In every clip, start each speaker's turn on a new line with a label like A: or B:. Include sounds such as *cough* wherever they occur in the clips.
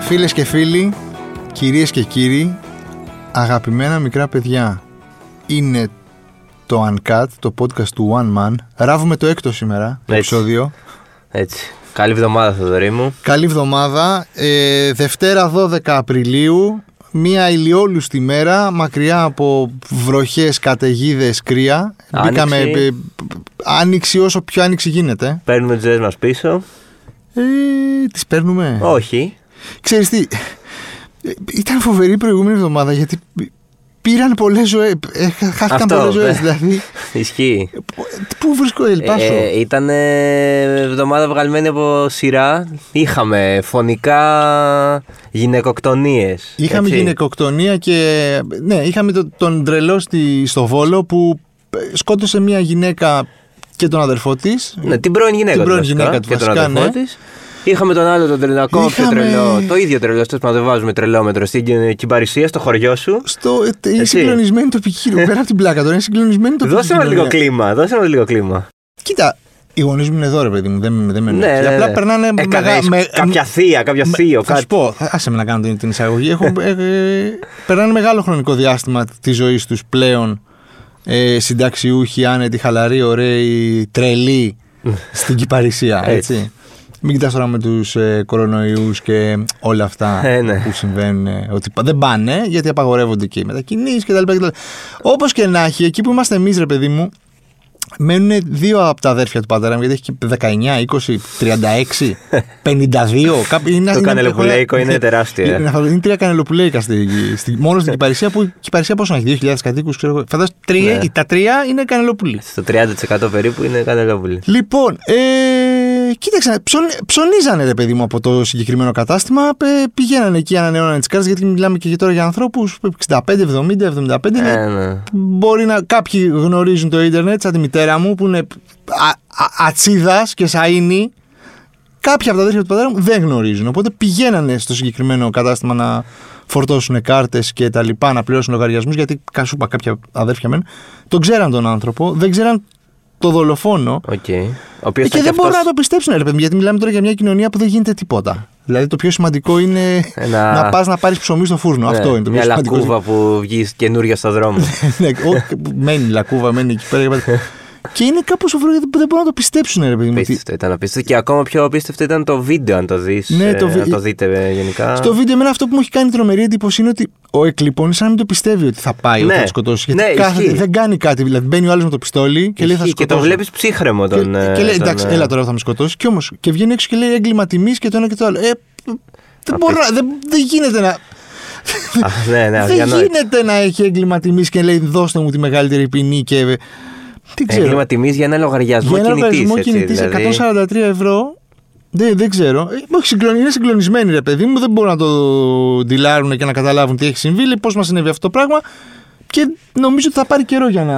A: Φίλες και φίλοι, κυρίες και κύριοι, αγαπημένα μικρά παιδιά, είναι το Uncut, το podcast του One Man. Ράβουμε το έκτο σήμερα, το
B: Έτσι.
A: επεισόδιο.
B: Έτσι. Καλή εβδομάδα, Θοδωρή μου.
A: Καλή εβδομάδα. Ε, Δευτέρα 12 Απριλίου, μία ηλιόλουστη μέρα, μακριά από βροχές, καταιγίδες, κρύα.
B: Άνοιξη.
A: Μπήκαμε ε, άνοιξη όσο πιο άνοιξη γίνεται.
B: Παίρνουμε τις ζωές μας πίσω.
A: Ε, τις παίρνουμε.
B: Όχι.
A: Ξέρεις τι, ε, ήταν φοβερή η προηγούμενη εβδομάδα γιατί πήραν πολλές ζωές, ε, χάθηκαν
B: Αυτό,
A: πολλές ζωές.
B: ε.
A: Δηλαδή,
B: Ισχύει.
A: ε, πού βρίσκω ελπάσο.
B: Ε, ήταν ε, εβδομάδα βγαλμένη από σειρά. Είχαμε φωνικά γυναικοκτονίες.
A: Είχαμε γυναικοκτονία και ναι, είχαμε το- τον τρελό στη, στο Βόλο που ε, σκότωσε μια γυναίκα και τον αδερφό της.
B: Ναι, την πρώην γυναίκα
A: Την
B: του.
A: πρώην
B: βασικά,
A: γυναίκα του
B: και τον
A: βασικά,
B: αδερφό
A: ναι.
B: της. Είχαμε τον άλλο τον τρελακό
A: Είχαμε-
B: πιο τρελό. Το ίδιο τρελό. Στο δεν βάζουμε τρελόμετρο στην ε, Κυπαρισία, στο χωριό σου.
A: Στο, ε, είναι
B: Έτσι.
A: συγκλονισμένη τοπική πέρα από την πλάκα τώρα, είναι συγκλονισμένη τοπική
B: Δώσε μας λίγο
A: κοινωνία.
B: κλίμα. Δώσε μας λίγο κλίμα. Ναι,
A: Κοίτα, οι γονείς μου είναι εδώ, ρε παιδί μου, δεν, δεν με ενοχλεί. Ναι, Απλά περνάνε
B: Ε,
A: μεγα-
B: κανείς-
A: με-
B: Κάποια θεία, κάποιο
A: με-
B: θείο,
A: Θα
B: κάτι.
A: σου πω, θα- άσε με να κάνω την, την εισαγωγή. Έχω, ε, ε, περνάνε μεγάλο χρονικό διάστημα τη ζωής τους πλέον ε, συνταξιούχοι, άνετοι, χαλαροί, ωραίοι,
B: *laughs*
A: τρελοί στην κυπαρισία.
B: Έτσι.
A: Έτσι. Μην κοιτάς τώρα με τους ε, κορονοϊούς και όλα αυτά
B: Ε, ναι.
A: που συμβαίνουν ε, ότι πα- δεν πάνε γιατί απαγορεύονται και οι μετακινήσεις και τα λοιπά και τα λοιπά. Όπως και να έχει, εκεί που είμαστε εμείς ρε παιδί μου μένουν δύο από τα αδέρφια του πατέρα μου γιατί έχει και 19, 20, 36,
B: *laughs*
A: 52 κάπου, είναι,
B: Το κανελοπουλέικο είναι τεράστιο, ε.
A: είναι, αυτό, είναι τρία κανελοπουλέικα στη, στη, μόνο στην Κυπαρισία που η Κυπαρισία πόσο να έχει, 2.000 κατοίκους ξέρω εγώ. Φαντάζομαι τρία,
B: Ναι.
A: τα τρία είναι κανελοπουλί.
B: Στο 30% περίπου είναι κανελόπουλοι.
A: Λοιπόν, ε, κοίταξε, ψων- ψωνίζανε ρε παιδί μου από το συγκεκριμένο κατάστημα. ε, πηγαίνανε εκεί, ανανεώνανε τις κάρτες, γιατί μιλάμε και τώρα για ανθρώπους 65, 70, 75. είναι-
B: Ε, ναι.
A: Μπορεί να. Κάποιοι γνωρίζουν το ίντερνετ, σαν τη μητέρα μου, που είναι ατσίδας και σαΐνη. Κάποιοι από τα αδέρφια του πατέρα μου δεν γνωρίζουν. Οπότε πηγαίνανε στο συγκεκριμένο κατάστημα να φορτώσουν κάρτες και τα λοιπά, να πληρώσουν λογαριασμούς. Γιατί, κα- σου είπα, κάποια αδέρφια μεν, τον ξέραν τον άνθρωπο, δεν ξέραν το δολοφόνο.
B: Οκ. Ο οποίος
A: Ε, και
B: ήταν και
A: δεν μπορούν να
B: αυτός
A: το πιστέψουν, ρε παιδί μου, γιατί μιλάμε τώρα για μια κοινωνία που δεν γίνεται τίποτα. Δηλαδή το πιο σημαντικό είναι
B: Ένα-
A: να πας να πάρεις ψωμί στο φούρνο.
B: ναι,
A: Αυτό είναι το πιο
B: Μια
A: σημαντικό.
B: λακκούβα που βγεις καινούρια στο
A: *laughs*
B: δρόμο.
A: ναι, ο- μένει η λακκούβα, μένει εκεί πέρα. και πάτε. και είναι κάπως σοβαρό γιατί δεν μπορούν να το πιστέψουν, ρε παιδί μου. ότι-
B: απίστευτο ήταν απίστευτο. Και ακόμα πιο απίστευτο ήταν το βίντεο, αν το δεις.
A: Ναι, το βι-
B: αν το δείτε ε, γενικά.
A: Στο βίντεο, εμένα αυτό που μου έχει κάνει τρομερή εντύπωση είναι ότι ο εκλειπών είναι σαν να μην το πιστεύει ότι θα πάει, ότι
B: Ναι.
A: θα το σκοτώσει. Γιατί
B: Ναι,
A: κάθεται,
B: ισχύει.
A: δεν κάνει κάτι. Δηλαδή μπαίνει ο άλλος με το πιστόλι και λέει θα
B: Ισχύει, και το
A: σκοτώσω.
B: βλέπεις ψύχρεμο
A: Και,
B: τον. ε,
A: και λέει
B: τον,
A: εντάξει,
B: ε,
A: έλα τώρα θα με σκοτώσει. Και όμως και βγαίνει έξω και λέει έγκλημα τιμής και το ένα και το άλλο. Ε, δεν, μπορώ, να- δεν, δεν γίνεται να.
B: *laughs* α, Ναι, ναι,
A: *laughs* δεν
B: αδιανόητο.
A: γίνεται να έχει έγκλημα τιμής και λέει δώστε μου τη μεγαλύτερη ποινή και. Τι ξέρω.
B: Έγκλημα τιμής για ένα λογαριασμό
A: Για ένα
B: κινητής.
A: λογαριασμό κινητής
B: δηλαδή.
A: 143 ευρώ. Δεν, δεν ξέρω. Ε, όχι, συγκλονι- Είναι συγκλονισμένοι ρε παιδί μου. Δεν μπορούν να το ντιλάρουν και να καταλάβουν τι έχει συμβεί. Λέει, Πώς μας συνέβη αυτό το πράγμα. Και νομίζω ότι θα πάρει καιρό για να,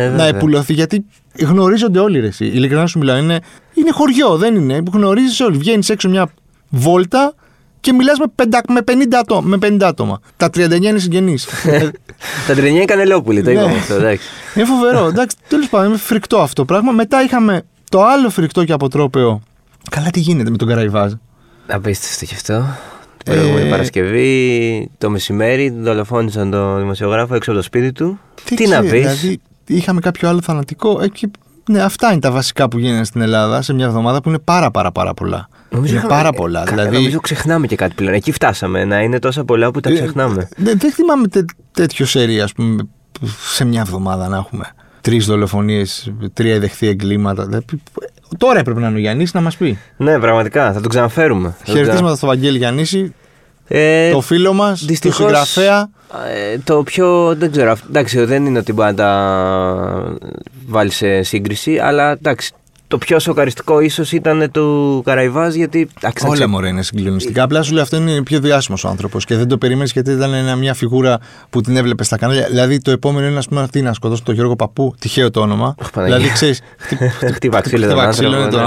B: Ε,
A: να
B: βέβαια.
A: επουλωθεί. Γιατί γνωρίζονται όλοι ρε. Εσύ. Ειλικρινά σου μιλάω. Είναι, είναι χωριό, δεν είναι. Γνωρίζεις όλοι. Βγαίνεις έξω μια βόλτα και μιλάς με, πεντα- με, 50 άτο- με 50 άτομα. Τα 39 είναι Ε, συγγενεί.
B: *laughs* Τα τρενιά είναι κανελόπουλοι, το
A: Ναι.
B: είπαμε αυτό. εντάξει.
A: Είναι *laughs* φοβερό. Εντάξει, τέλος πάντων, είναι φρικτό αυτό το πράγμα. Μετά είχαμε το άλλο φρικτό και αποτρόπαιο. Καλά, τι γίνεται με τον Καραϊβάζ.
B: Απίστευτο κι αυτό. Την
A: Ε,
B: προηγούμενη Παρασκευή, το μεσημέρι, δολοφόνησαν τον δημοσιογράφο έξω από το σπίτι του. Τι, να
A: ξέρω,
B: πεις.
A: Δηλαδή, είχαμε κάποιο άλλο θανατικό. Ε, και, ναι, αυτά είναι τα βασικά που γίνανε στην Ελλάδα σε μια εβδομάδα που είναι πάρα πάρα, πάρα πολλά. είναι πάρα πολλά. δηλαδή,
B: Νομίζω ξεχνάμε και κάτι πλέον. Εκεί φτάσαμε. Να είναι τόσα πολλά που τα
A: ε,
B: ξεχνάμε.
A: δεν, δεν θυμάμαι τε, τέτοιο σερί, ας πούμε, σε μια εβδομάδα να έχουμε. Τρεις δολοφονίες, τρία δεχθεί εγκλήματα. Δηλαδή, Τώρα έπρεπε να είναι ο Γιάννης να μας πει.
B: ναι, πραγματικά. Θα τον ξαναφέρουμε. Θα τον ξανα-
A: Χαιρετίσματα στο Βαγγέλη Γιαννήση,
B: Ε,
A: το φίλο μας, το
B: δυστυχώς,
A: συγγραφέα.
B: ε, το πιο. Δεν ξέρω. αυ- Εντάξει, δεν είναι ότι πάντα βάλει σε σύγκριση, αλλά εντάξει. Το πιο σοκαριστικό ίσως ήταν του Καραϊβάζ γιατί. άξιζε-
A: Όλα
B: *laughs*
A: μωρέ είναι συγκλονιστικά. Απλά σου λέω αυτό είναι πιο διάσημος άνθρωπος και δεν το περίμενε γιατί ήταν ένα- μια φιγούρα που την έβλεπες στα κανάλια. Δηλαδή το επόμενο είναι, ας πούμε, τι να σκοτώσω τον Γιώργο Παππού. Τυχαίο το όνομα.
B: Αχ, Παναγία.
A: δηλαδή ξέρεις.
B: *laughs* Χτύπα ξύλο τον
A: Χτυπαξίλωνε
B: άνθρωπο,
A: τον
B: ναι.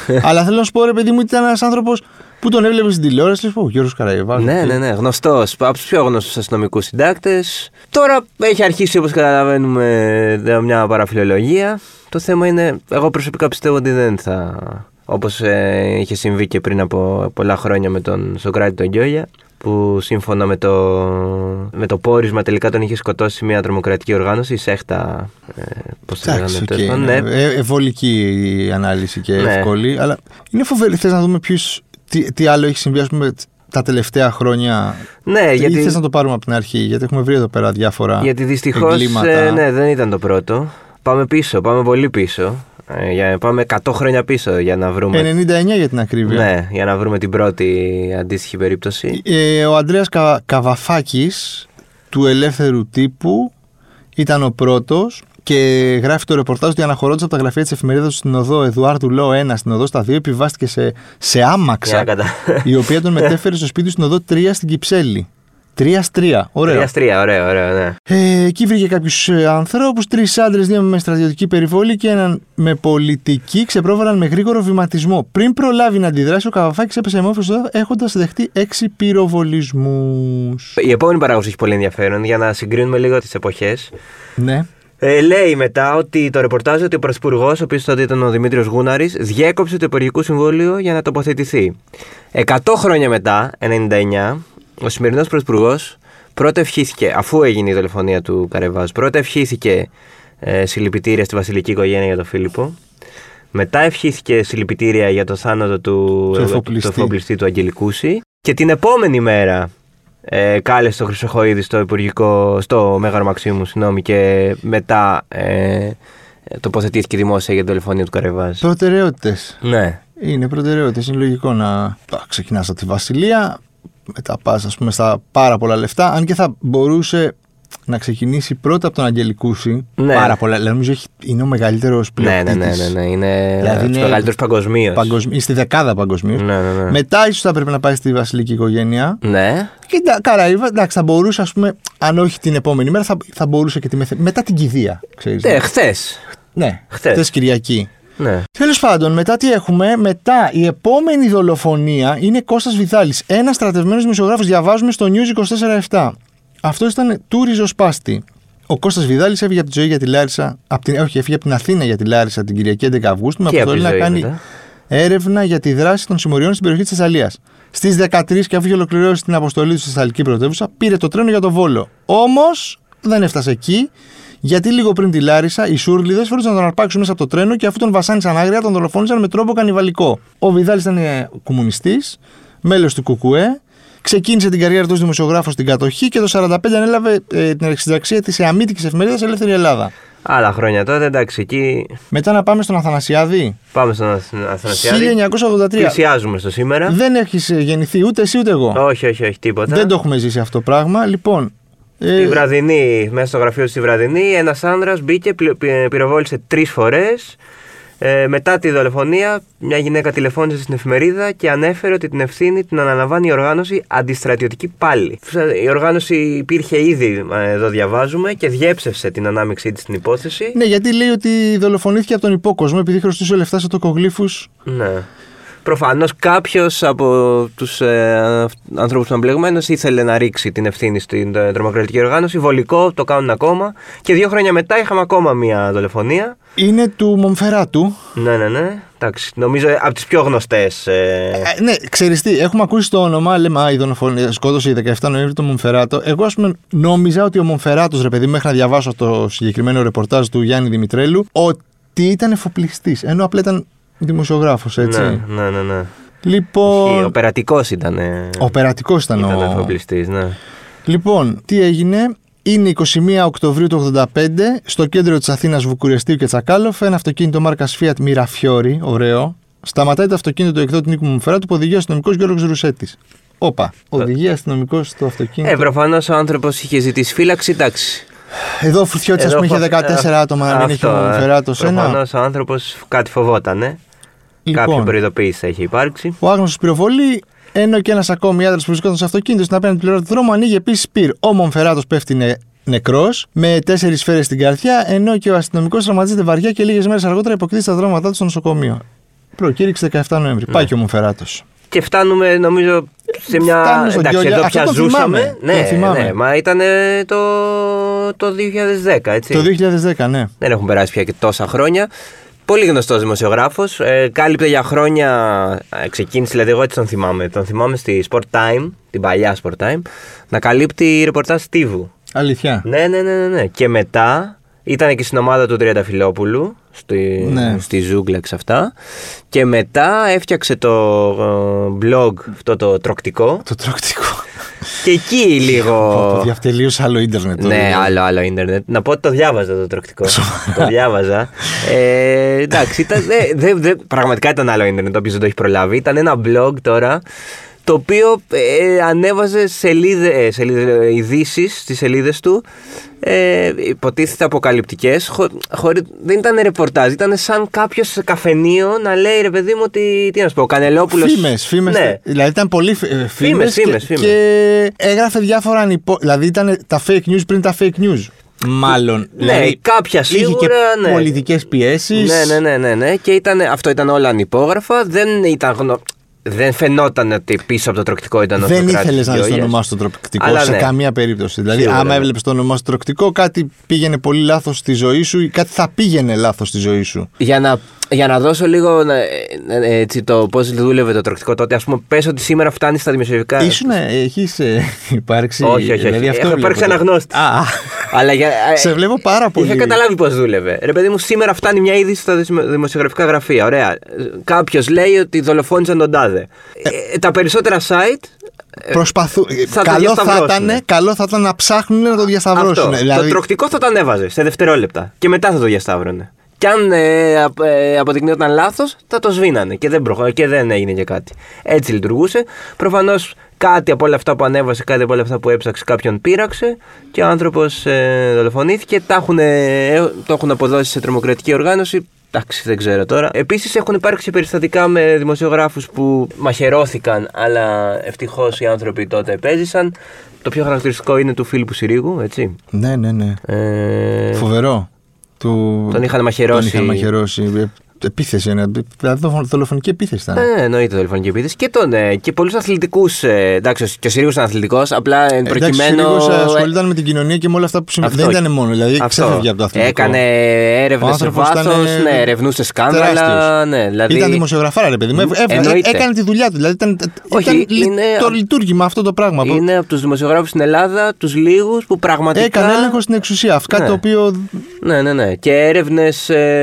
A: άνθρωπο. Αλλά θέλω να σου πω, ρε παιδί μου, ότι ήταν ένας άνθρωπος που τον έβλεπες στην τηλεόραση. Λες, «Ω, Ο Γιώργο Καραϊβά.
B: Ναι, ναι, ναι, γνωστός. Από τους πιο γνωστούς αστυνομικούς συντάκτες. Τώρα έχει αρχίσει, όπως καταλαβαίνουμε, μια παραφιλολογία. Το θέμα είναι, εγώ προσωπικά πιστεύω ότι δεν θα. Όπως είχε συμβεί και πριν από πολλά χρόνια με τον Σοκράτη τον Γκιόγια, που σύμφωνα με το, με το πόρισμα τελικά τον είχε σκοτώσει μια τρομοκρατική οργάνωση, η ΣΕΧΤΑ. Ε, Πώς τη λέγανε
A: Εντάξει,
B: τέλος
A: οκ,
B: πάντων,
A: ναι.
B: ναι.
A: Ε, ευολική η ανάλυση και
B: Ναι.
A: εύκολη. Αλλά είναι φοβερή. Θες να δούμε ποιους, τι, τι άλλο έχει συμβεί, ας πούμε, τα τελευταία χρόνια.
B: Ναι,
A: Ή
B: γιατί,
A: θες Ε, να το πάρουμε από την αρχή, γιατί έχουμε βρει εδώ πέρα διάφορα
B: γιατί δυστυχώς
A: εγκλήματα.
B: ναι, δεν ήταν το πρώτο. Πάμε πίσω, πάμε πολύ πίσω. Ε, για- πάμε 100 χρόνια πίσω για να βρούμε
A: 99 για την ακρίβεια.
B: Ναι, για να βρούμε την πρώτη αντίστοιχη περίπτωση.
A: Ε, ο Ανδρέας Κα, Καβαφάκης του Ελεύθερου Τύπου ήταν ο πρώτος και γράφει το ρεπορτάζ ότι αναχωρώντας από τα γραφεία της εφημερίδας στην οδό Εδουάρδου Λό 1 στην οδό στα 2 επιβάστηκε σε, σε
B: Για να
A: άμαξα
B: κατα...
A: η οποία τον μετέφερε στο σπίτι του στην οδό 3 στην Κυψέλη. 3-3.
B: *laughs*
A: Ωραίο.
B: Τρία-τρία, ωραίο, ωραίο, ναι.
A: Ε, εκεί βρήκε κάποιους ανθρώπους, τρεις άντρες, δύο με στρατιωτική περιβόλη και έναν με πολιτική, ξεπρόβαλαν με γρήγορο βηματισμό. Πριν προλάβει να αντιδράσει, ο Καβαφάκης έπεσε αιμόφυλο στο έδαφο έχοντας δεχτεί έξι πυροβολισμούς.
B: Η επόμενη παράγωση έχει πολύ ενδιαφέρον για να συγκρίνουμε λίγο τις εποχές.
A: Ναι.
B: Ε, λέει μετά ότι το ρεπορτάζ ότι ο Πρωθυπουργός, ο οποίος τότε ήταν ο Δημήτριος Γούναρης, διέκοψε το Υπουργικό Συμβούλιο για να τοποθετηθεί. 100 χρόνια μετά, 99, ο σημερινός Πρωθυπουργός πρώτα ευχήθηκε, αφού έγινε η δολοφονία του Καρεβάζ, πρώτα ευχήθηκε ε, συλληπιτήρια στη βασιλική οικογένεια για τον Φίλιππο. Μετά ευχήθηκε συλληπιτήρια για το θάνατο του,
A: Του
B: ε,
A: εφοπλιστή.
B: του εφοπλιστή του Αγγελικούση. Και την επόμενη μέρα ε, κάλεσε τον Χρυσοχοίδη στο Υπουργικό, στο Μέγαρο Μαξίμου, συγγνώμη, και μετά ε, τοποθετήθηκε δημόσια για την δολοφονία του Καρεβάζ.
A: Προτεραιότητες.
B: Ναι.
A: Είναι προτεραιότητες. Είναι λογικό να ξεκινάς από τη Βασιλεία, μετά πας, ας πούμε, στα πάρα πολλά λεφτά. Αν και θα μπορούσε να ξεκινήσει πρώτα από τον Αγγελικούση.
B: Ναι.
A: Πάρα πολλά. Δηλαδή, νομίζω έχει- είναι ο μεγαλύτερος
B: Ναι, ναι,
A: πλειοκτήτης.
B: ναι, ναι, ναι. Είναι
A: Δηλαδή
B: δηλαδή
A: είναι-
B: μεγαλύτερος παγκοσμίως.
A: Στη δεκάδα παγκοσμίως.
B: Ναι, ναι, ναι.
A: Μετά ίσως θα πρέπει να πάει στη βασιλική οικογένεια.
B: Ναι.
A: Και τα Καραϊβά, εντάξει, θα μπορούσε, ας πούμε, αν όχι την επόμενη μέρα, θα, θα μπορούσε και τη μεθε... μετά την κηδεία. Ξέρεις,
B: Ναι, χθες.
A: ναι,
B: χθες.
A: χθες Κυριακή.
B: Ναι.
A: Τέλος πάντων, μετά τι έχουμε, μετά η επόμενη δολοφονία είναι Κώστας Βιδάλης, ένας στρατευμένος μουσιογράφος, διαβάζουμε στο News 24-7. Αυτός ήταν του ριζοσπάστη. Ο Κώστας Βιδάλης έφυγε από τη ζωή για τη Λάρισα, από την, όχι, έφυγε από την Αθήνα για τη Λάρισα την Κυριακή 11 Αυγούστου με
B: Και από τη
A: αποστολή να
B: ζωή
A: κάνει
B: μετά.
A: έρευνα για τη δράση των συμμοριών στην περιοχή της Θεσσαλίας. Στις 13 και αφού είχε ολοκληρώσεις την αποστολή του στη Θεσσαλική πρωτεύουσα, πήρε το τρένο για το Βόλο. Όμως δεν έφτασε εκεί, γιατί λίγο πριν τη Λάρισα, οι Σούρλιδες φρόντισαν να τον αρπάξουν μέσα από το τρένο και αφού τον βασάνισαν άγρια, τον δολοφόνησαν με τρόπο κανιβαλικό. Ο Βιδάλης ήταν κομμουνιστής, μέλος του Κουκουέ. Ξεκίνησε την καριέρα του ως δημοσιογράφος στην κατοχή και το 45 ανέλαβε ε, την εξυνταξία τη εαμίτικη εφημερίδας Ελεύθερη Ελλάδα.
B: Άλλα χρόνια τότε, εντάξει, εκεί
A: Μετά να πάμε στον Αθανασιάδη.
B: πάμε στον Αθ- Αθανασιάδη.
A: 1983.
B: Πλησιάζουμε στο σήμερα.
A: Δεν έχεις γεννηθεί ούτε εσύ ούτε εγώ.
B: Όχι, όχι, όχι, τίποτα.
A: Δεν το έχουμε ζήσει αυτό το πράγμα. Λοιπόν.
B: Τη
A: Ε,
B: βραδινή, μέσα στο γραφείο στη βραδινή, ένας άνδρας μπήκε, πλη- πυ- πυροβόλησε τρεις φορές. Ε, μετά τη δολοφονία, μια γυναίκα τηλεφώνησε στην εφημερίδα και ανέφερε ότι την ευθύνη την αναλαμβάνει η οργάνωση αντιστρατιωτική πάλι. Η οργάνωση υπήρχε ήδη, ε, εδώ διαβάζουμε, και διέψευσε την ανάμειξή της στην υπόθεση.
A: ναι, γιατί λέει ότι δολοφονήθηκε από τον υπόκοσμο επειδή χρωστούσε λεφτά σε τοκογλύφου.
B: Ναι. Προφανώς κάποιος από τους ε, ανθρώπους που εμπλεγμένου ήθελε να ρίξει την ευθύνη στην ε, τρομοκρατική οργάνωση. Βολικό, το κάνουν ακόμα. Και δύο χρόνια μετά είχαμε ακόμα μία δολοφονία.
A: Είναι του Μομφεράτου.
B: Ναι, ναι, ναι. Εντάξει, νομίζω από τις πιο γνωστές. Ε,
A: Ε, ναι, ξέρεις τι, έχουμε ακούσει το όνομα, λέμε Α, η δολοφονία σκότωσε η 17 Νοέμβρη τον Μομφεράτο. Εγώ, ας πούμε, νόμιζα ότι ο Μομφεράτο, ρε παιδί, μέχρι να διαβάσω το συγκεκριμένο ρεπορτάζ του Γιάννη Δημητρέλου, ότι ήταν εφοπλιστής. Ενώ απλά ήταν δημοσιογράφος, έτσι.
B: ναι, ναι, ναι. ναι. Ο...
A: Λοιπόν.
B: Οπερατικό ήταν. Ε,
A: Οπερατικός ήταν,
B: ήταν
A: ο.
B: εφοπλιστής, ναι.
A: Λοιπόν, τι έγινε. Είναι 21 Οκτωβρίου του 85 στο κέντρο της Αθήνας Βουκουρεστίου και Τσακάλοφ ένα αυτοκίνητο μάρκας Fiat Mirafiori, ωραίο. Σταματάει το αυτοκίνητο του εκδότη Νίκου Μουφεράτου που οδηγεί ο αστυνομικός Γιώργος Ρουσέτης. Όπα, οδηγεί αστυνομικός στο
B: Ε,
A: αυτοκίνητο.
B: προφανώς ο άνθρωπος είχε ζητήσει φύλαξη, εντάξει. Ε,
A: Εδώ φουρτιώτης ας πούμε είχε 14 άτομα να μην έχει ο Μουμφεράτος ένα.
B: Προφανώς ο άνθρωπος κάτι φοβότανε. Κάποια
A: Λοιπόν,
B: προειδοποίηση έχει υπάρξει.
A: ο άγνωστος πυροβολεί ενώ και ένας ακόμη άντρας που βρισκόταν στο αυτοκίνητο στην απέναντι πλευρά του δρόμου ανοίγει επίσης πυρ. Ο Μομφεράτο πέφτει νε- νεκρός, με τέσσερις σφαίρες στην καρδιά, ενώ και ο αστυνομικός τραυματίζεται βαριά και λίγες μέρες αργότερα υποκτήσει τα δράματά του στο νοσοκομείο. Προκήρυξε 17 Νοέμβρη. Πάει και ο Μομφεράτο.
B: Και φτάνουμε νομίζω σε μια.
A: Φτάνουμε στον
B: Εντάξει,
A: Γιώργια.
B: εδώ
A: Αυτό
B: πια
A: το
B: ζούσαμε.
A: θυμάμαι. Το
B: Ναι,
A: θυμάμαι.
B: ναι, μα ήταν το, το 2010, έτσι.
A: Το 2010, ναι.
B: Δεν έχουν περάσει πια και τόσα χρόνια. Πολύ γνωστός δημοσιογράφος. Ε, κάλυπτε για χρόνια. ε, ξεκίνησε, δηλαδή, εγώ έτσι τον θυμάμαι. Τον θυμάμαι στη Sport Time, την παλιά Sport Time, να καλύπτει ρεπορτάζ Στίβου.
A: Αλήθεια.
B: Ναι, ναι, ναι, ναι, ναι. Και μετά ήταν και στην ομάδα του Τριανταφυλόπουλου, στη,
A: Ναι.
B: στη ζούγκλα ξ' αυτά. Και μετά έφτιαξε το ε, blog αυτό το τροκτικό.
A: Το τροκτικό.
B: Και εκεί λίγο.
A: Πω, παιδιά, τελείως άλλο ίντερνετ. τώρα.
B: Ναι, άλλο, άλλο ίντερνετ. Να πω ότι το διάβαζα το τροκτικό. το διάβαζα. Ε, εντάξει, ήταν, ε, δε- δε- πραγματικά ήταν άλλο ίντερνετ, όποιος δεν το έχει προλάβει. Ήταν ένα blog τώρα το οποίο ε, ανέβαζε σελίδε, ε, σελίδε, ειδήσεις στις σελίδες του ε, υποτίθεται αποκαλυπτικές χω, χωρί, δεν ήταν ρεπορτάζ ήταν σαν κάποιος σε καφενείο να λέει ρε παιδί μου ότι τι να σου πω ο Κανελόπουλος
A: Φήμες, φήμες.
B: ναι,
A: Δηλαδή ήταν πολύ φήμε.
B: Φήμες, φήμες,
A: και,
B: φήμες.
A: και έγραφε διάφορα ανυπό... Δηλαδή ήταν τα fake news πριν τα fake news. Μάλλον.
B: Ναι,
A: δηλαδή,
B: κάποια
A: είχε
B: σίγουρα,
A: και
B: ναι.
A: πολιτικές πιέσεις.
B: Ναι, ναι, ναι, ναι, ναι. Και ήταν, αυτό ήταν όλα ανυπόγραφα. Δεν, ήταν γνω... δεν φαινόταν ότι πίσω από το τροκτικό ήταν ο
A: Δεν
B: Σωκράτης
A: ήθελες να δεις το
B: Γεωργιάς.
A: όνομά σου στο τροκτικό
B: Αλλά
A: σε
B: ναι.
A: καμία περίπτωση. Δηλαδή,
B: Σίγουρα,
A: άμα
B: ναι.
A: έβλεπες το όνομά σου στο τροκτικό, κάτι πήγαινε πολύ λάθος στη ζωή σου ή κάτι θα πήγαινε λάθος στη ζωή σου.
B: Για να, για να δώσω λίγο να- ε, ε, έτσι, το πώς δούλευε το τροκτικό τότε, ας πούμε, πες ότι σήμερα φτάνει στα δημοσιογικά.
A: Ήσουν, έχεις ε, *laughs* υπάρξει.
B: Ε, Όχι, όχι, όχι.
A: Δηλαδή, αυτό
B: Έχω
A: βλέπω
B: υπάρξει
A: τώρα.
B: αναγνώστης.
A: Α, α.
B: Αλλά για, ε,
A: σε βλέπω πάρα πολύ.
B: Είχα καταλάβει πώς δούλευε. Ρε παιδί μου, σήμερα φτάνει μια είδηση στα δημο- δημοσιογραφικά γραφεία. Ωραία. Κάποιος λέει ότι δολοφόνησαν τον τάδε. Ε, τα περισσότερα site. ε,
A: Προσπαθού... ε,
B: θα το
A: καλό, θα
B: διασταυρώσουνε.
A: ήταν, καλό θα ήταν να ψάχνουν να το διασταυρώσουν. Δηλαδή-
B: Αυτό. Το τροκτικό θα το ανέβαζες σε δευτερόλεπτα και μετά θα το διασταύρωνε. Και αν ε, απ- ε, αποδεικνύονταν λάθος, θα το σβήνανε και δεν, προχω... και δεν έγινε και κάτι. Έτσι λειτουργούσε. Προφανώς κάτι από όλα αυτά που ανέβασε, κάτι από όλα αυτά που έψαξε, κάποιον πείραξε και ο άνθρωπος ε, δολοφονήθηκε. Τα έχουνε- ε, το έχουν αποδώσει σε τρομοκρατική οργάνωση. Εντάξει, δεν ξέρω τώρα. Επίσης, έχουν υπάρξει περιστατικά με δημοσιογράφους που μαχαιρώθηκαν, αλλά ευτυχώς οι άνθρωποι τότε επέζησαν. Το πιο χαρακτηριστικό είναι του Φίλιππου Συρίγου, έτσι.
A: Ναι, ναι, ναι.
B: Ε,
A: Φοβερό. Του...
B: Τον είχαν μαχαιρώσει.
A: Τον είχαν μαχαιρώσει. Ε, Επίθεση. ένα- Δηλαδή, δολοφο- δολοφονική επίθεση ήταν.
B: ε, εννοείται δολοφονική επίθεση. Και, τον, ε, και πολλούς αθλητικούς. Ε, εντάξει, και ο Συρίγου ήταν αθλητικός. Απλά εν προκειμένου. ε,
A: Εντάξει, λίγο ασχολούνταν με την κοινωνία και με όλα αυτά που συμβαίνουν.
B: Αυτό.
A: Δεν ήταν μόνο, δηλαδή ξέφευγε από το αθλητικό.
B: Έκανε
A: Ο
B: έρευνες σε
A: άνθρωπος
B: βάθος,
A: ήταν, ε,
B: ναι, ερευνούσε σκάνδαλα.
A: τεράστιος.
B: Ναι, δηλαδή,
A: Ήταν δημοσιογραφάρα, ρε παιδί μου. Έβγα-
B: Εννοείται.
A: Έκανε τη δουλειά του. Δηλαδή ήταν,
B: Όχι,
A: ήταν λι-
B: είναι-
A: το λειτουργήμα αυτό το πράγμα. που
B: Είναι από τους δημοσιογράφους στην Ελλάδα, τους λίγους που πραγματικά.
A: Έκανε έλεγχο στην εξουσία. Αυτό
B: Ναι.
A: το οποίο.
B: Ναι, ναι, ναι. Και έρευνες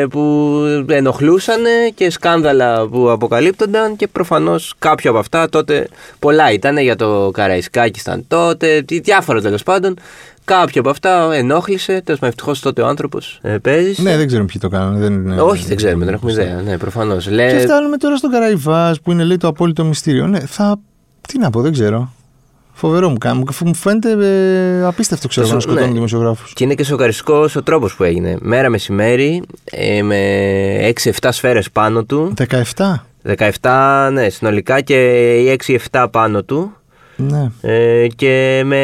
B: που ενοχλούσαν και σκάνδαλα που αποκαλύπτονταν και προφανώς κάποια από αυτά τότε. Πολλά ήταν για το Καραϊσκάκι ήταν τότε, τι- διάφορα τέλος πάντων. Κάποια από αυτά ενόχλησε. Τέλος πάντων, ευτυχώς τότε ο άνθρωπος παίζει.
A: Ναι, δεν ξέρουμε ποιοι το κάνανε. Δεν είναι...
B: Όχι, δεν ξέρουμε, δεν έχουμε ιδέα. Ναι, προφανώς.
A: Και
B: Λέ...
A: φτάνουμε τώρα στον Καραϊβάς που είναι λέει το απόλυτο μυστήριο. Ναι, θα. Τι να πω, δεν ξέρω. Φοβερό μου κάνει. Μου φαίνεται ε, απίστευτο ξέρω,
B: Σου-
A: εγώ, να σκοτώνουν
B: ναι.
A: δημοσιογράφους.
B: Και είναι και σοκαριστικός ο τρόπος που έγινε. Μέρα μεσημέρι, ε, με 6-7 σφαίρες πάνω του.
A: 17.
B: 17, ναι, συνολικά και οι 6-7 πάνω του.
A: Ναι.
B: Ε, και με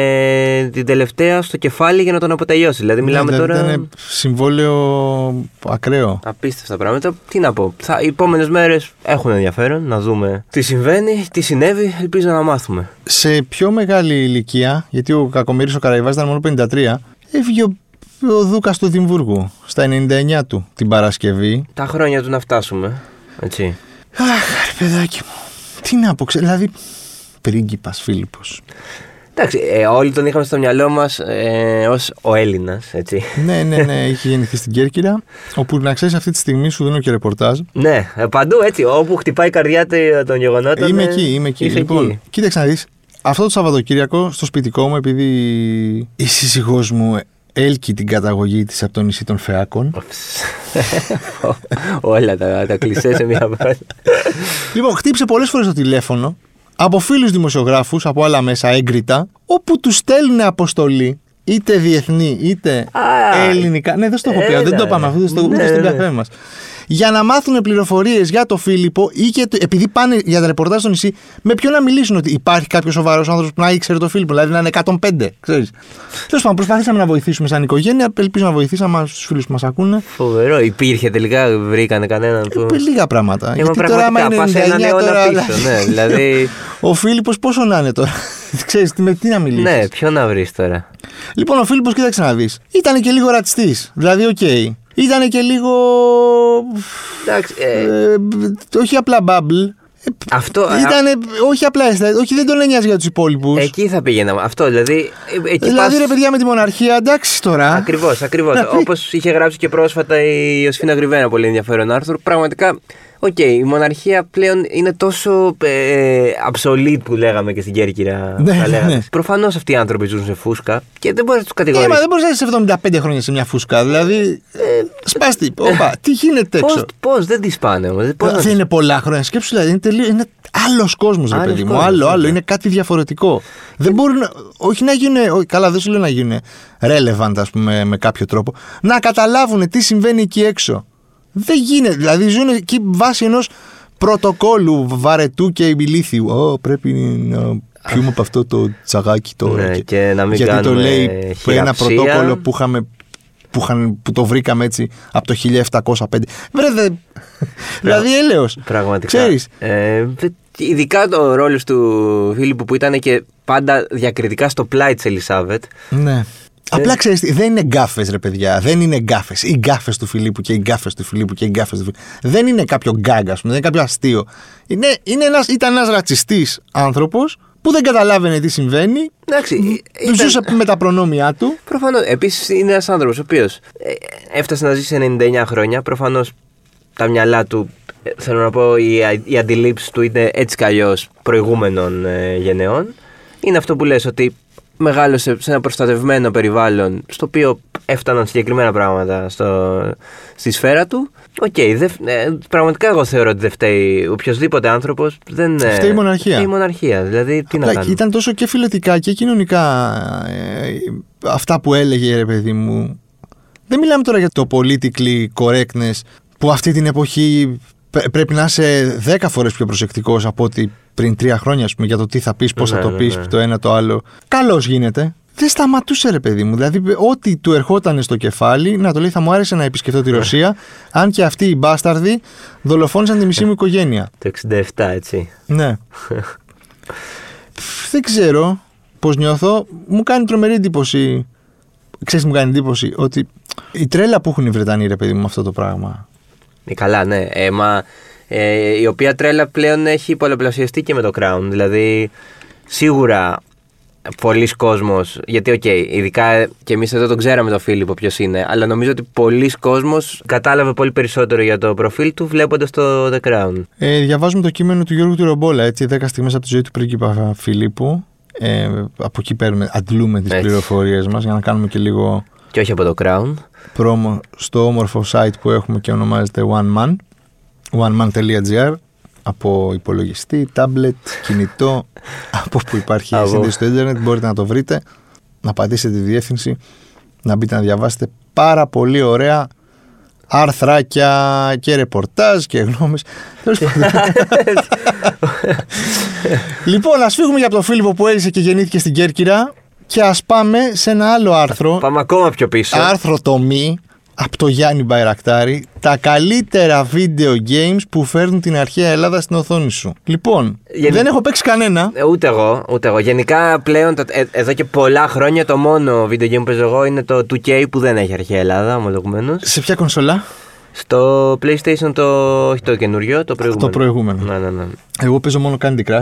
B: την τελευταία στο κεφάλι για να τον αποτελειώσει. Δηλαδή, μιλάμε
A: Ναι, δηλαδή
B: τώρα.
A: Ήταν συμβόλαιο ακραίο.
B: Απίστευτα πράγματα. Τι να πω. Θα, οι επόμενες μέρες έχουν ενδιαφέρον να δούμε τι συμβαίνει, τι συνέβη. Ελπίζω να μάθουμε.
A: Σε πιο μεγάλη ηλικία, γιατί ο Κακομοίρη ο Καραϊβάς ήταν μόνο 53, έφυγε ο, ο Δούκας του Δημβούργου στα 99 του την Παρασκευή.
B: Τα χρόνια του να φτάσουμε. Έτσι.
A: Αχ, ρε παιδάκι μου. Τι να πω, ξέ- δηλαδή. Πρίγκιπας Φίλιππος.
B: Εντάξει, ε, όλοι τον είχαμε στο μυαλό μας ε, ως ο Έλληνας,
A: *laughs*
B: έτσι.
A: ναι, ναι, ναι, είχε γεννηθεί στην Κέρκυρα. Όπου να ξέρεις, αυτή τη στιγμή σου δίνω και ρεπορτάζ.
B: ναι, ε, παντού έτσι. Όπου χτυπάει η καρδιά τε- των γεγονότων.
A: Είμαι
B: ε,
A: εκεί, είμαι εκεί.
B: είσαι
A: Λοιπόν, *laughs*
B: εκεί.
A: κοίταξε να δεις. Αυτό το Σαββατοκύριακο στο σπιτικό μου, επειδή η σύζυγός μου έλκει την καταγωγή της από το νησί των Φεάκων.
B: *laughs* Όλα τα, τα κλισέ σε
A: *laughs*
B: μια φράση.
A: λοιπόν, χτύπησε πολλές φορές το τηλέφωνο από φίλους δημοσιογράφους, από άλλα μέσα έγκριτα, όπου τους στέλνουν αποστολή είτε διεθνή είτε
B: Α,
A: ελληνικά. Ναι, δεν στο έχω πει,
B: έλα,
A: δεν το πάμε
B: ρε.
A: αυτό, δεν στο ούτε
B: Ναι,
A: στον
B: ναι.
A: καφέ μας. Για να μάθουν πληροφορίες για το Φίλιππο ή και το- επειδή πάνε για τα ρεπορτάζ στο νησί, με ποιον να μιλήσουν ότι υπάρχει κάποιος σοβαρός άνθρωπος που να ήξερε το Φίλιππο, δηλαδή να είναι 105, ξέρεις. Τέλος πάντων, προσπαθήσαμε να βοηθήσουμε σαν οικογένεια. Ελπίζω να βοηθήσαμε στους φίλους που μας ακούνε.
B: Φοβερό, υπήρχε τελικά, βρήκανε κανέναν που.
A: Ε, Λίγα πράγματα.
B: Είμαι
A: Γιατί τώρα, άμα είναι
B: πραγματικά, πας έναν
A: 99
B: αιώνα
A: τώρα.
B: πίσω, ναι,
A: *laughs*
B: δηλαδή-
A: Ο Φίλιππος πόσο να είναι τώρα. *laughs* Ξέρεις, τι- με τι να μιλήσεις.
B: Ναι, ποιο να βρεις τώρα.
A: Λοιπόν, ο Φίλιππος, κοίταξε να δεις. Ήταν και λίγο ρατσιστής. Δηλαδή, οκ. ήταν και λίγο.
B: Εντάξει, ε,
A: ε, μ, όχι απλά bubble.
B: αυτό. α-
A: Ήταν όχι απλά αισθητά, όχι δεν τον ένοιαζε για τους υπόλοιπους.
B: Εκεί θα πήγαινα. Αυτό δηλαδή. ε, Εκεί
A: Δηλαδή,
B: πας-
A: ρε παιδιά με τη μοναρχία, εντάξει τώρα.
B: Ακριβώς, ακριβώς. Όπως είχε γράψει και πρόσφατα η Ιωσήφινα Γρυβένα, πολύ ενδιαφέρον άρθρο. Πραγματικά, οκ, η μοναρχία πλέον είναι τόσο ε, absolute που λέγαμε και στην Κέρκυρα.
A: Ναι, ναι, ναι.
B: Προφανώς αυτοί οι άνθρωποι ζουν σε φούσκα και δεν μπορείς να τους
A: Ε, μα
B: κατηγορήσεις.
A: δεν μπορείς να είσαι 75 χρόνια σε μια φούσκα. Δηλαδή. Σπάστη, όπα, τι γίνεται έξω.
B: Πώς δεν τη πάνε όμως.
A: Δεν είναι πολλά χρόνια. Σκέψου, δηλαδή είναι, τελείως, είναι άλλος κόσμος, ρε
B: Άλλος
A: παιδί μου.
B: κόσμος, ναι.
A: Άλλο, άλλο.
B: βέβαια.
A: Είναι κάτι διαφορετικό. Δεν μπορούν. να- Όχι να γίνουν. όχι, Καλά, δεν σου λέω να γίνουν relevant, ας πούμε, με κάποιο τρόπο. Να καταλάβουν τι συμβαίνει εκεί έξω. Δεν γίνεται. Δηλαδή ζουν εκεί βάσει ενός πρωτοκόλου βαρετού και ηλίθιου. Ω, πρέπει να πιούμε από αυτό το τσαγάκι τώρα.
B: Ναι, και να μην
A: γιατί το
B: κάνουμε
A: λέει ένα
B: χειραψία.
A: πρωτόκολλο που είχαμε που, είχαν, που το βρήκαμε έτσι από το 1705. Βρε, δε... δηλαδή έλεος.
B: Πραγματικά.
A: Ξέρεις,
B: Ε, δε- ειδικά το ρόλος του Φίλιππου που ήταν και πάντα διακριτικά στο πλάι της Ελισάβετ.
A: ναι. Απλά ξέρεις, τι, δεν είναι γκάφες ρε παιδιά, δεν είναι γκάφες. Οι γκάφες του Φιλίππου και οι γκάφες του Φιλίππου και οι γκάφες του Φιλίππου. Δεν είναι κάποιο γκάγκα, ας πούμε, δεν είναι κάποιο αστείο. Είναι, είναι ένας, ήταν ένας ρατσιστής άνθρωπος που δεν καταλάβαινε τι συμβαίνει,
B: Εντάξει, ε,
A: του ζούσε με τα προνόμια του.
B: Προφανώς. Επίσης είναι ένας άνθρωπος ο οποίος έφτασε να ζήσει σε 99 χρόνια. Προφανώς τα μυαλά του, ε, θέλω να πω, οι, α- οι αντιλήψεις του είναι έτσι κι αλλιώς προηγούμενων ε, γενεών. Είναι αυτό που λες ότι μεγάλωσε σε ένα προστατευμένο περιβάλλον στο οποίο έφταναν συγκεκριμένα πράγματα στο, στη σφαίρα του. Οκ, δεν φ- ε, πραγματικά εγώ θεωρώ ότι δεν φταίει οποιοδήποτε άνθρωπος. Δεν, ε,
A: Φταίει η μοναρχία.
B: φταίει η μοναρχία. Δηλαδή, τι να
A: Απλά
B: κάνουμε.
A: Ήταν τόσο και φιλετικά και κοινωνικά ε, αυτά που έλεγε ρε παιδί μου. Δεν μιλάμε τώρα για το politically correctness που αυτή την εποχή πε- πρέπει να είσαι 10 φορές πιο προσεκτικός από ότι πριν τρία χρόνια ας πούμε, για το τι θα πεις, πώς
B: Ναι,
A: θα το
B: ναι,
A: πεις,
B: ναι.
A: το ένα το άλλο. Καλώς γίνεται. Δεν σταματούσε ρε παιδί μου. Δηλαδή, ό,τι του ερχόταν στο κεφάλι, να το λέει, θα μου άρεσε να επισκεφτώ
B: Ναι.
A: τη Ρωσία, αν και αυτοί οι μπάσταρδοι δολοφόνησαν τη μισή μου οικογένεια.
B: Το 67, έτσι.
A: Ναι. Πφ, Δεν ξέρω πώς νιώθω. Μου κάνει τρομερή εντύπωση. Ξέρεις, τι μου κάνει εντύπωση ότι η τρέλα που έχουν οι Βρετανοί, ρε παιδί μου, με αυτό το πράγμα.
B: Ε, Καλά, ναι. Ε, μα, ε, η οποία τρέλα πλέον έχει πολλαπλασιαστεί και με το Crown. Δηλαδή, σίγουρα πολλοί κόσμος, γιατί οκ, ειδικά ε, και εμείς εδώ τον ξέραμε τον Φίλιππο ποιος είναι, αλλά νομίζω ότι πολλοί κόσμος κατάλαβε πολύ περισσότερο για το προφίλ του βλέποντας το The Crown.
A: Ε, διαβάζουμε το κείμενο του Γιώργου του Ρομπόλα, έτσι, 10 στιγμές από τη ζωή του πρίγκιπα Φιλίππου. Ε, από εκεί παίρνουμε, αντλούμε τις
B: Έτσι.
A: πληροφορίες μας για να κάνουμε και λίγο
B: Και όχι από το Crown.
A: πρόμο στο όμορφο site που έχουμε και ονομάζεται One Man, oneman.gr από υπολογιστή, tablet, κινητό, από που υπάρχει
B: Από-
A: σύνδεση στο ίντερνετ μπορείτε να το βρείτε, να πατήσετε τη διεύθυνση, να μπείτε να διαβάσετε πάρα πολύ ωραία άρθρακια και ρεπορτάζ και γνώμες. Τέλος πάντων. λοιπόν, ας φύγουμε για τον Φίλιππο που έζησε και γεννήθηκε στην Κέρκυρα και ας πάμε σε ένα άλλο άρθρο
B: Πάμε ακόμα πιο πίσω.
A: άρθρο το μη από το Γιάννη Μπαϊρακτάρη τα καλύτερα video games που φέρνουν την αρχαία Ελλάδα στην οθόνη σου. Λοιπόν,
B: Γενι-
A: δεν έχω παίξει κανένα.
B: Ε, Ούτε εγώ, ούτε εγώ. Γενικά πλέον τα- ε, εδώ και πολλά χρόνια το μόνο video game που παίζω εγώ είναι το 2K που δεν έχει αρχαία Ελλάδα, ομολογουμένως.
A: Σε ποια κονσολά?
B: Στο PlayStation το. όχι το καινούριο, το προηγούμενο.
A: το προηγούμενο.
B: Ναι, ναι, ναι.
A: Εγώ παίζω μόνο Candy Crush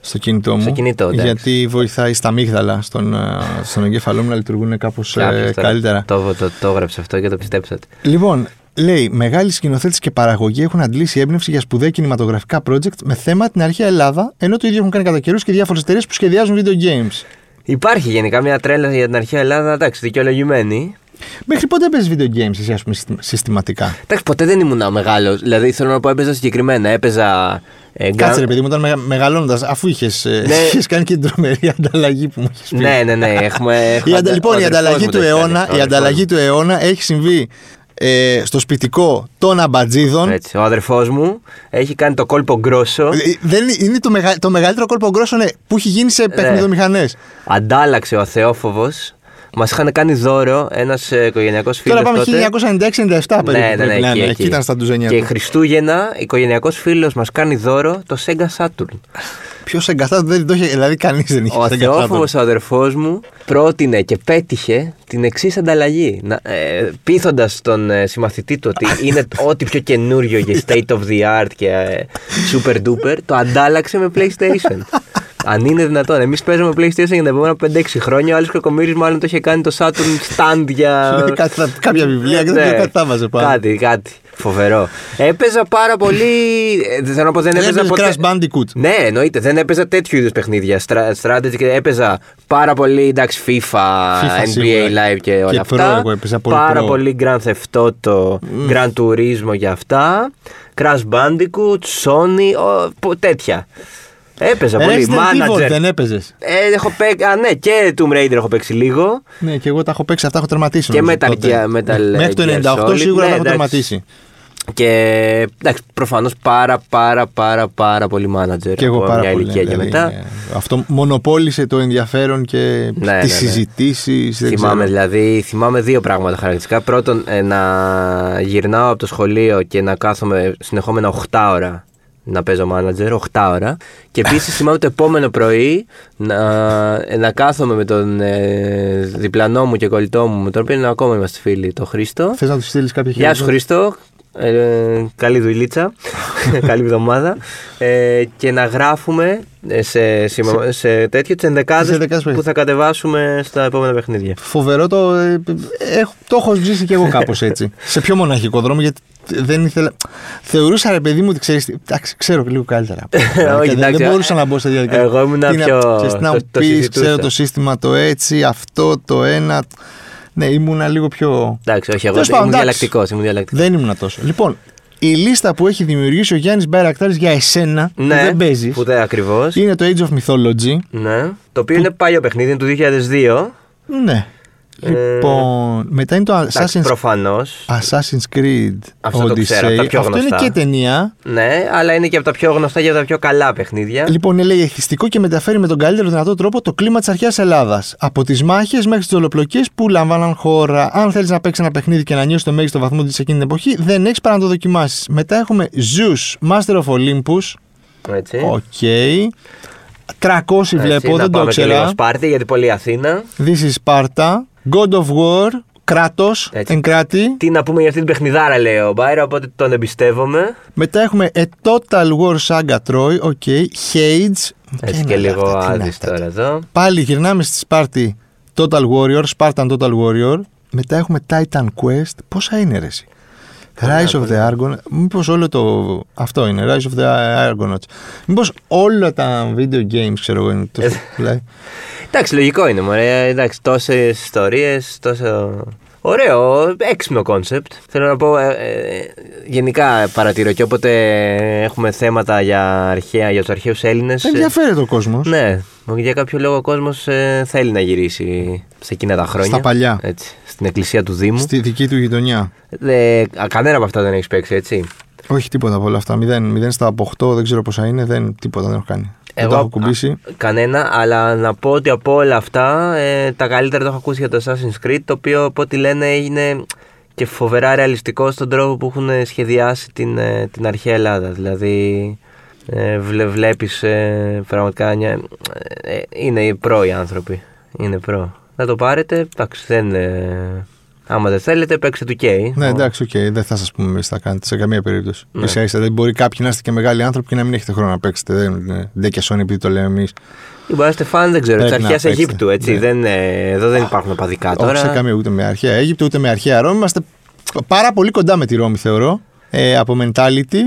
A: στο κινητό μου.
B: Στο κινητό, εντάξει.
A: γιατί βοηθάει στα μύγδαλα στον, ε, στον εγκέφαλό μου να λειτουργούν κάπως ε,
B: Κάποιος τώρα
A: καλύτερα.
B: Το, το, το έγραψε αυτό και το πιστέψατε.
A: Λοιπόν, λέει: Μεγάλοι σκηνοθέτε και παραγωγοί έχουν αντλήσει έμπνευση για σπουδαία κινηματογραφικά project με θέμα την αρχαία Ελλάδα, ενώ το ίδιο έχουν κάνει κατά καιρούς και διάφορες εταιρείες που σχεδιάζουν video games.
B: Υπάρχει γενικά μια τρέλα για την αρχαία Ελλάδα, εντάξει, δικαιολογημένη.
A: Μέχρι πότε παίζεις video games εσύ, ας πούμε, συστημα- συστηματικά.
B: Εντάξει, ποτέ δεν ήμουν μεγάλος. Δηλαδή θέλω να πω, έπαιζα συγκεκριμένα. Έπαιζα. Ε, Gun-
A: Κάτσε ρε παιδί μου, όταν μεγα, μεγαλώνοντας, αφού είχες *laughs*
B: Ναι.
A: κάνει και την τρομερή ανταλλαγή που μου είχες πει.
B: Ναι, ναι, ναι. Έχουμε,
A: Η
B: έχουμε
A: αντα-
B: ο
A: λοιπόν, η
B: αδερφός
A: ανταλλαγή,
B: μου το
A: του
B: έχει κάνει
A: αιώνα,
B: αυτό,
A: η
B: ο
A: ανταλλαγή του αιώνα έχει συμβεί ε, στο σπιτικό των αμπατζίδων.
B: αδερφός μου. Έτσι, ο αδερφός μου έχει κάνει το κόλπο γκρόσο.
A: Ε, Δεν είναι- είναι το, μεγα- το μεγαλύτερο κόλπο γκρόσο ναι, που έχει γίνει σε παιχνιδομηχανές.
B: Αντάλλαξε ο Θεόφοβος. Μας είχαν κάνει δώρο ε, ένα οικογενειακό φίλο.
A: Τώρα πάμε 1996-97 περίπου.
B: Ναι, ναι,
A: πρέπει να
B: ναι,
A: είναι. Εκεί ήταν στα ντουζενιά
B: Και
A: του.
B: Χριστούγεννα, οικογενειακός φίλος μας κάνει δώρο το Sega Saturn.
A: Ποιος εγκατάστατο δεν το είχε, δηλαδή κανείς δεν είχε
B: Ο
A: σε εγκατάστατο.
B: Θεόφοβο, ο αδερφός μου, πρότεινε και πέτυχε την εξής ανταλλαγή. Να, ε, Πείθοντας τον ε, συμμαθητή του ότι
A: *laughs*
B: είναι ό,τι πιο καινούριο για state of the art και ε, super duper, το αντάλλαξε με PlayStation. Αν είναι δυνατόν. Εμείς παίζαμε PlayStation για τα επόμενα 5-6 χρόνια. Ο άλλο κακομοίρης μάλλον το είχε κάνει το Saturn stand
A: *laughs*
B: για.
A: Λέει κάτι θα- Κάποια βιβλία και
B: ε, Ναι.
A: δεν τα βάζε πάνω.
B: Κάτι, κάτι. Φοβερό. Έπαιζα πάρα πολύ. ε, Δεν θέλω να πω, δεν
A: Δεν
B: έπαιζα
A: έπαιζε
B: ποτέ.
A: Crash Bandicoot.
B: Ναι, εννοείται. Δεν έπαιζα τέτοιου είδους παιχνίδια. Στρα, strategy και έπαιζα πάρα πολύ εντάξει, FIFA,
A: FIFA
B: NBA
A: σίγουρα.
B: Live και όλα
A: Και
B: αυτά.
A: Pro, εγώ έπαιζα πολύ
B: πάρα
A: Pro.
B: πολύ Grand Theft Auto, Grand Turismo για αυτά. Crash Bandicoot, Sony, ο, πο- τέτοια. Έπαιζα πολύ.
A: Ε, Resident Evil
B: Manager.
A: δεν έπαιζες.
B: Ε, έχω παίξει. Α, ναι, και Tomb Raider έχω παίξει λίγο.
A: Ναι, και εγώ τα έχω παίξει αυτά, έχω τερματίσει.
B: Και
A: νομίζω,
B: Metal
A: τότε.
B: Gear- Metal
A: Μέχρι το
B: Gear
A: 98
B: Solid,
A: σίγουρα
B: ναι,
A: τα έχω
B: εντάξει.
A: τερματίσει.
B: Και εντάξει, προφανώς πάρα πάρα πάρα πάρα πολύ manager.
A: Και εγώ
B: από
A: πάρα
B: μια
A: πολύ.
B: ηλικία
A: δηλαδή,
B: και μετά.
A: ε, Αυτό μονοπόλησε το ενδιαφέρον και τις
B: ναι, ναι.
A: συζητήσεις. δεν
B: Θυμάμαι,
A: ξέρω.
B: δηλαδή, θυμάμαι δύο πράγματα χαρακτηριστικά. Πρώτον, ε, να γυρνάω από το σχολείο και να κάθομαι συνεχόμενα 8 ώρα να παίζω manager, 8 ώρα. Και επίσης θυμάμαι το επόμενο πρωί να, ε, να κάθομαι με τον ε, διπλανό μου και κολλητό μου, με τον οποίο ακόμα είμαστε φίλοι, τον Χρήστο.
A: Θες να τους στείλεις κάποια
B: Γεια σου
A: χαιρετίσματα?
B: Χρήστο. Ε,
A: *laughs*
B: καλή δουλίτσα. καλή εβδομάδα. Ε, και να γράφουμε ε, σε, σε, σε τέτοιο τις
A: Τις
B: ενδεκάδε
A: ενδεκάδες
B: που θα κατεβάσουμε στα επόμενα παιχνίδια.
A: Φοβερό το. ε, έχω- το έχω ζήσει και εγώ κάπως έτσι. Σε πιο μοναχικό δρόμο, γιατί δεν ήθελα. Θεωρούσα ρε παιδί μου ότι ξέρεις. Εντάξει, ξέρω λίγο καλύτερα.
B: Ε, Όχι,
A: δεν,
B: εντάξει,
A: δεν μπορούσα να μπω σε διαδικασία.
B: εγώ ήμουν
A: Τι να-
B: πιο-
A: ξέρεις, τι να
B: το-
A: μου
B: το
A: πεις,
B: συζητούσα.
A: ξέρω το σύστημα το έτσι, αυτό το ένα. Ναι, ήμουνα λίγο πιο.
B: Εντάξει, όχι, εγώ
A: Τέλος πάντων,
B: ήμουν
A: εντάξει.
B: διαλλακτικός. Ήμουν διαλλακτικός.
A: Δεν ήμουν τόσο. Λοιπόν, η λίστα που έχει δημιουργήσει ο Γιάννης Μπαρακτάρη για εσένα που
B: Ναι,
A: δεν παίζεις
B: Που δεν ακριβώς.
A: είναι το Age of Mythology.
B: Ναι. Το οποίο είναι παλιό παιχνίδι, είναι του 2002.
A: Ναι.
B: Ε,
A: Λοιπόν, μετά είναι το
B: Εντάξει,
A: Assassin's
B: προφανώς.
A: Assassin's Creed
B: Αυτό
A: Odyssey.
B: το ξέρω, από τα πιο
A: Αυτό είναι
B: γνωστά.
A: και ταινία.
B: Ναι, αλλά είναι και από τα πιο γνωστά και από τα πιο καλά παιχνίδια.
A: Λοιπόν, είναι λέει εθιστικό και μεταφέρει με τον καλύτερο δυνατό τρόπο το κλίμα της αρχαίας Ελλάδας. Από τις μάχες μέχρι τις ολοπλοκίε που λαμβάναν χώρα. Αν θέλεις να παίξεις ένα παιχνίδι και να νιώσεις το μέγιστο βαθμό της εκείνη την εποχή, δεν έχεις παρά να το δοκιμάσεις. Μετά έχουμε Zeus, Master of Olympus.
B: Έτσι.
A: Οκ. 300
B: Ε. Έτσι,
A: βλέπω,
B: να
A: δεν το
B: πάμε και λίγο
A: ξέρα.
B: Σπάρτη, γιατί πολύ Αθήνα.
A: This is Sparta. God of War. Κράτος.
B: Έτσι.
A: Εν κράτη.
B: Τι να πούμε για αυτή την παιχνιδάρα, λέει ο Μπάιρα, οπότε τον εμπιστεύομαι.
A: Μετά έχουμε A Total War Saga Troy, οκ, Hades. Ποια
B: Έτσι και
A: είναι
B: λίγο
A: αυτά, τι είναι
B: άδει
A: αυτά.
B: τώρα εδώ.
A: Πάλι γυρνάμε στη Σπάρτη Total Warrior, Spartan Total Warrior. Μετά έχουμε Titan Quest. Πόσα είναι ρε εσύ? Rise of the Argon. Μήπως όλο το... Αυτό είναι, Rise of the Argonauts. Μήπως όλα τα video games, ξέρω εγώ, είναι
B: Ε,
A: τόσο...
B: *laughs*
A: δηλαδή.
B: Εντάξει, λογικό είναι, μωρέ. Εντάξει, τόσες ιστορίες, τόσο. Ωραίο, έξυπνο κόνσεπτ. Θέλω να πω, ε, ε, γενικά παρατηρώ και όποτε έχουμε θέματα για, αρχαία, για τους αρχαίους Έλληνες.
A: Ε, Ενδιαφέρεται ο κόσμος.
B: Ναι, για κάποιο λόγο ο κόσμος θέλει να γυρίσει σε εκείνα τα χρόνια. Ε,
A: Στα παλιά.
B: Έτσι, στην εκκλησία του Δήμου.
A: Στη δική του γειτονιά.
B: Ε, κανένα από αυτά δεν έχει παίξει, έτσι.
A: Όχι τίποτα από όλα αυτά. 0, 0 στα από 8, δεν ξέρω πόσα είναι. Δεν, τίποτα δεν έχω κάνει. δεν τα έχω κουμπίσει.
B: Κανένα, αλλά να πω ότι από όλα αυτά ε, τα καλύτερα το έχω ακούσει για το Assassin's Creed, το οποίο από ό,τι λένε είναι και φοβερά ρεαλιστικό στον τρόπο που έχουν σχεδιάσει την, ε, την αρχαία Ελλάδα. Δηλαδή ε, βλε, βλέπεις ε, πραγματικά μια- ε, ε, είναι οι προ οι άνθρωποι. Είναι προ. Να το πάρετε, εντάξει δεν... ε, άμα δεν θέλετε παίξτε του K.
A: Ναι, εντάξει, οκ, δεν θα σας πούμε εμείς τα κάνετε σε καμία περίπτωση.
B: Λοιπόν. Ναι.
A: Ίσα ίσα, δεν μπορεί κάποιοι να είστε και μεγάλοι άνθρωποι και να μην έχετε χρόνο να παίξετε. Δεν, ε, δεν και σώνει επειδή το λέμε εμείς.
B: Ή μπορεί να είστε φαν, δεν ξέρω, της
A: Πρέπει να
B: αρχαίας
A: παίξετε.
B: Αιγύπτου, έτσι.
A: Ναι.
B: Δεν, ε, εδώ δεν υπάρχουν παδικά
A: Όχι
B: τώρα.
A: σε καμία ούτε με αρχαία Αίγυπτο ούτε με αρχαία Ρώμη. Είμαστε πάρα πολύ κοντά με τη Ρώμη, θεωρώ. Ε, από mentality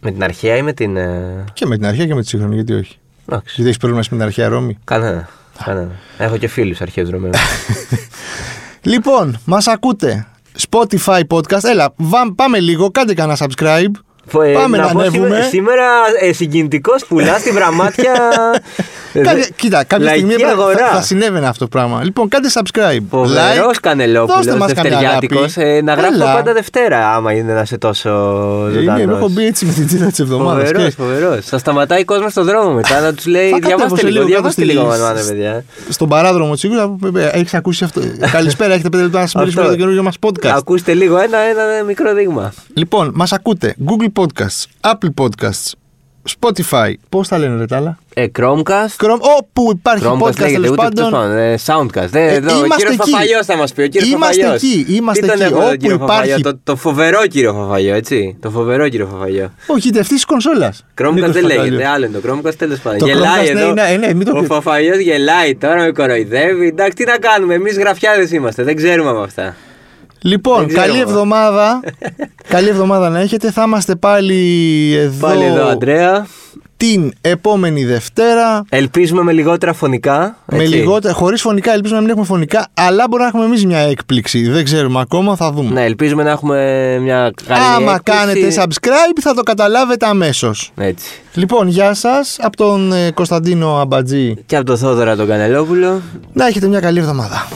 B: Με την αρχαία ή με την... ε,
A: και με την αρχαία και με τη σύγχρονη. Γιατί όχι.
B: Εντάξει.
A: Γιατί έχεις πρόβλημα εσύ με την αρχαία Ρώμη.
B: Κανένα. Κανένα. Έχω και φίλους αρχαίου Ρωμαίου.
A: Λοιπόν, μας ακούτε. Spotify podcast. Έλα, βα- πάμε λίγο, κάντε κανένα subscribe.
B: Φο- ε,
A: Πάμε να,
B: πω
A: ανέβουμε.
B: σήμερα- Σήμερα ε, συγκινητικός πουλάς στην βραμμάτια.
A: *laughs* Κάποια- κοίτα, κάποια
B: Ε, Λαϊκή
A: στιγμή έπρεπε-
B: αγορά.
A: θα, θα συνέβαινε αυτό το πράγμα. Λοιπόν, κάντε subscribe.
B: Φοβερός
A: δώστε
B: Κανελόπουλο,
A: μας καμιά
B: δευτεριάτικο.
A: αγάπη.
B: ε, να γράφω
A: Έλα.
B: πάντα Δευτέρα, άμα είναι να είσαι τόσο
A: Είμαι,
B: ζωντανός.
A: εγώ έχω μπει έτσι με την τσίτα τη
B: Φοβερό,
A: εβδομάδα.
B: φοβερό. Θα σταματάει ο κόσμος στον δρόμο μετά να τους λέει
A: Θα κατέβω σε
B: Διαβάστε λίγο,
A: λίγο,
B: διαβάστε
A: κάτω
B: λίγο,
A: στη-
B: μάνα, παιδιά.
A: Στον παράδρομο τη Ήγουρα έχει ε, ακούσει
B: *laughs*
A: αυτό. Καλησπέρα, έχετε πέντε λεπτά να συμπεριφέρετε το
B: Αυτό.
A: καινούργιο μας podcast.
B: Ακούστε λίγο ένα, ένα μικρό δείγμα.
A: Λοιπόν, μας ακούτε Google Podcasts, Apple Podcasts, Spotify. Πώς τα λένε ρε τα άλλα.
B: Ε, Chromecast.
A: Chrome, όπου υπάρχει
B: Chromecast
A: podcast
B: λέγεται
A: τέλος
B: ούτε
A: πάντων.
B: εκτός πάντων. Ε, Soundcast. Ε,
A: Ε,
B: εδώ, ο
A: είμαστε
B: κύριος
A: εκεί.
B: Φαφαλιός θα μας πει. Ο κύριος
A: Είμαστε
B: Φαφαλιός.
A: εκεί, είμαστε
B: Τι τον
A: εκεί,
B: έχουμε τον
A: όπου
B: κύριο Φαφαλιό,
A: υπάρχει-
B: Το, το φοβερό κύριο Φαφαλιό, έτσι. Το φοβερό κύριο Φαφαλιό.
A: Ο χιτευτή της κονσόλας.
B: Chromecast δεν λέγεται, άλλο είναι το Chromecast τέλος
A: Το
B: πάντων. Γελάει
A: Chromecast, ναι,
B: εδώ.
A: ναι, ναι, μην το
B: ο
A: πεις.
B: Φαφαλιό γελάει τώρα, με κοροϊδεύει. Εντάξει, τι να κάνουμε, εμείς γραφιάδες είμαστε, δεν ξέρουμε από αυτά.
A: Λοιπόν,
B: Δεν ξέρω.
A: καλή εβδομάδα.
B: *laughs*
A: καλή εβδομάδα να έχετε. Θα είμαστε πάλι εδώ,
B: Πάλι εδώ, Αντρέα.
A: την επόμενη Δευτέρα.
B: Ελπίζουμε με λιγότερα φωνικά.
A: Με
B: έτσι.
A: λιγότερα, χωρίς φωνικά, ελπίζουμε να μην έχουμε φωνικά, αλλά μπορεί να έχουμε εμείς μια έκπληξη. Δεν ξέρουμε ακόμα, θα δούμε.
B: Ναι, ελπίζουμε να έχουμε μια καλή
A: Άμα
B: έκπληξη.
A: κάνετε subscribe, θα το καταλάβετε αμέσως.
B: Έτσι.
A: Λοιπόν, γεια σας από τον ε, Κωνσταντίνο Αμπατζή.
B: Και από τον Θόδωρα τον Κανελόπουλο.
A: Να έχετε μια καλή εβδομάδα.